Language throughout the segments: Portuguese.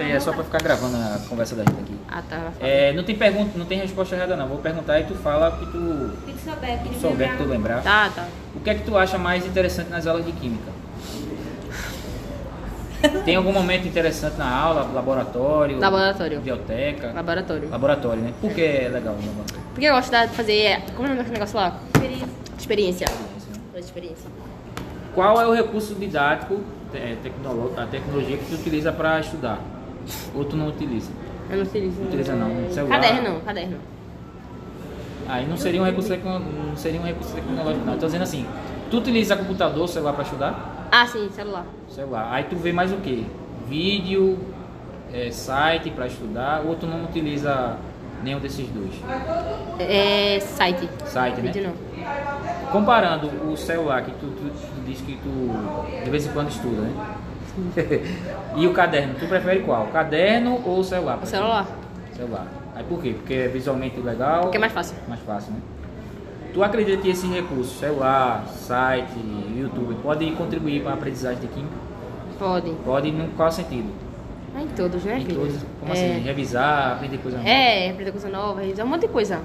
É só pra ficar gravando a conversa da gente aqui. Ah, tá. É, não tem pergunta, não tem resposta errada não. Vou perguntar e tu fala o que tu Tem que souber, tem que souber, que tu lembrar. lembrar. Tá, tá. O que é que tu acha mais interessante nas aulas de química? Tem algum momento interessante na aula, laboratório? Laboratório. Biblioteca? Laboratório. Laboratório, né? Por que é legal o laboratório? Porque eu gosto da- de fazer. é, Como é o nome daquele negócio lá? Experiência. Experiência. Gosto de experiência. Qual é o recurso didático, te- é, tecnolo- a tecnologia que tu utiliza para estudar? Ou tu não utiliza? Eu não utilizo. Utiliza não, é, celular. Caderno, caderno. Aí não seria um recurso, tecno- não seria um recurso tecnológico, não. Eu tô dizendo assim, tu utiliza computador, celular para estudar? Ah, sim, celular. Celular. Aí tu vê mais o quê? Vídeo, eh, site para estudar, ou tu não utiliza nenhum desses dois? É. Site. Site, né? Vídeo não. Comparando o celular que tu, tu, tu diz que tu de vez em quando estuda, né? e o caderno, tu prefere qual? Caderno ou celular? O celular. Celular. Aí por quê? Porque é visualmente legal. Porque é mais fácil. Mais fácil, né? Tu acredita que esses recursos, celular, site, YouTube, podem contribuir para a aprendizagem de química? Podem. Pode em qual sentido? Ah, em todos, né? Em filho? todos, como é. assim? Revisar, aprender coisa nova. É, aprender coisa nova, revisar um monte de coisa.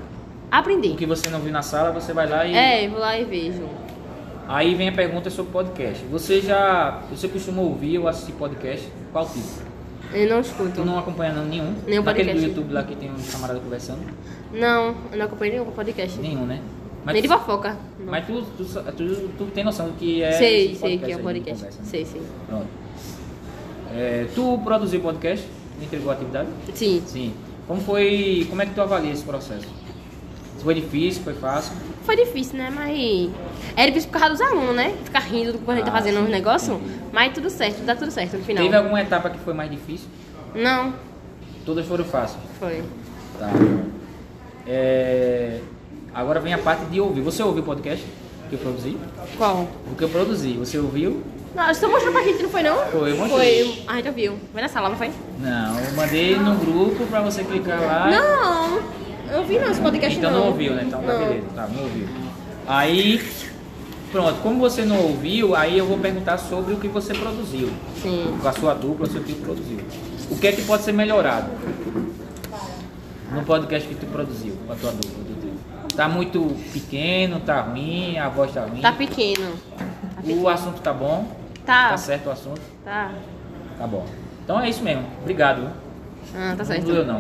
Aprendi. O que você não viu na sala, você vai lá e. É, eu vou lá e vejo. Aí vem a pergunta sobre podcast. Você já. Você costuma ouvir ou assistir podcast? Qual tipo? Eu não escuto. Tu não acompanha não, nenhum? Nenhum Daquele podcast. do YouTube lá que tem uns camaradas conversando? Não, eu não acompanho nenhum podcast. Nenhum, né? Nem tu- de fofoca. Não. Mas tu, tu, sa- tu, tu tem noção do que é sei, esse sei que é aí um de podcast. conversa, né? Sei, sei. Pronto. É, tu produziu podcast? Entregou a atividade? Sim. Sim. Como foi. Como é que tu avalia esse processo? Foi difícil, foi fácil? Foi difícil, né? Mas. Era difícil por causa dos alunos, né? Ficar rindo do que a gente tá Ah, fazendo sim, uns negócios. entendi. Mas tudo certo, dá tudo certo no final. Teve alguma etapa que foi mais difícil? Não, Todas foram fáceis. foi. Tá. É, agora vem a parte de ouvir. Você ouviu o podcast que eu produzi? Qual? O que eu produzi, você ouviu? Não, eu só mostrou pra gente, não foi não? Foi, eu mostrei. Foi. A gente ouviu. Foi na sala, não foi? Não, eu mandei no grupo pra você clicar lá. Não! Eu ouvi não esse podcast Ah, é? Então não. não ouviu, né? Então tá Não. beleza, tá, não ouviu. Aí, pronto, como você não ouviu, aí eu vou perguntar sobre o que você produziu. Sim. Com a sua dupla, seu que produziu. O que é que pode ser melhorado? No podcast que tu produziu, com a tua dupla, do teu. Tá muito pequeno, tá ruim, a voz tá ruim. Tá pequeno. Tá O pequeno. assunto tá bom? Tá. Tá certo o assunto? Tá. Tá bom. Então é isso mesmo. Obrigado. viu? Ah, tá Não certo. doeu não.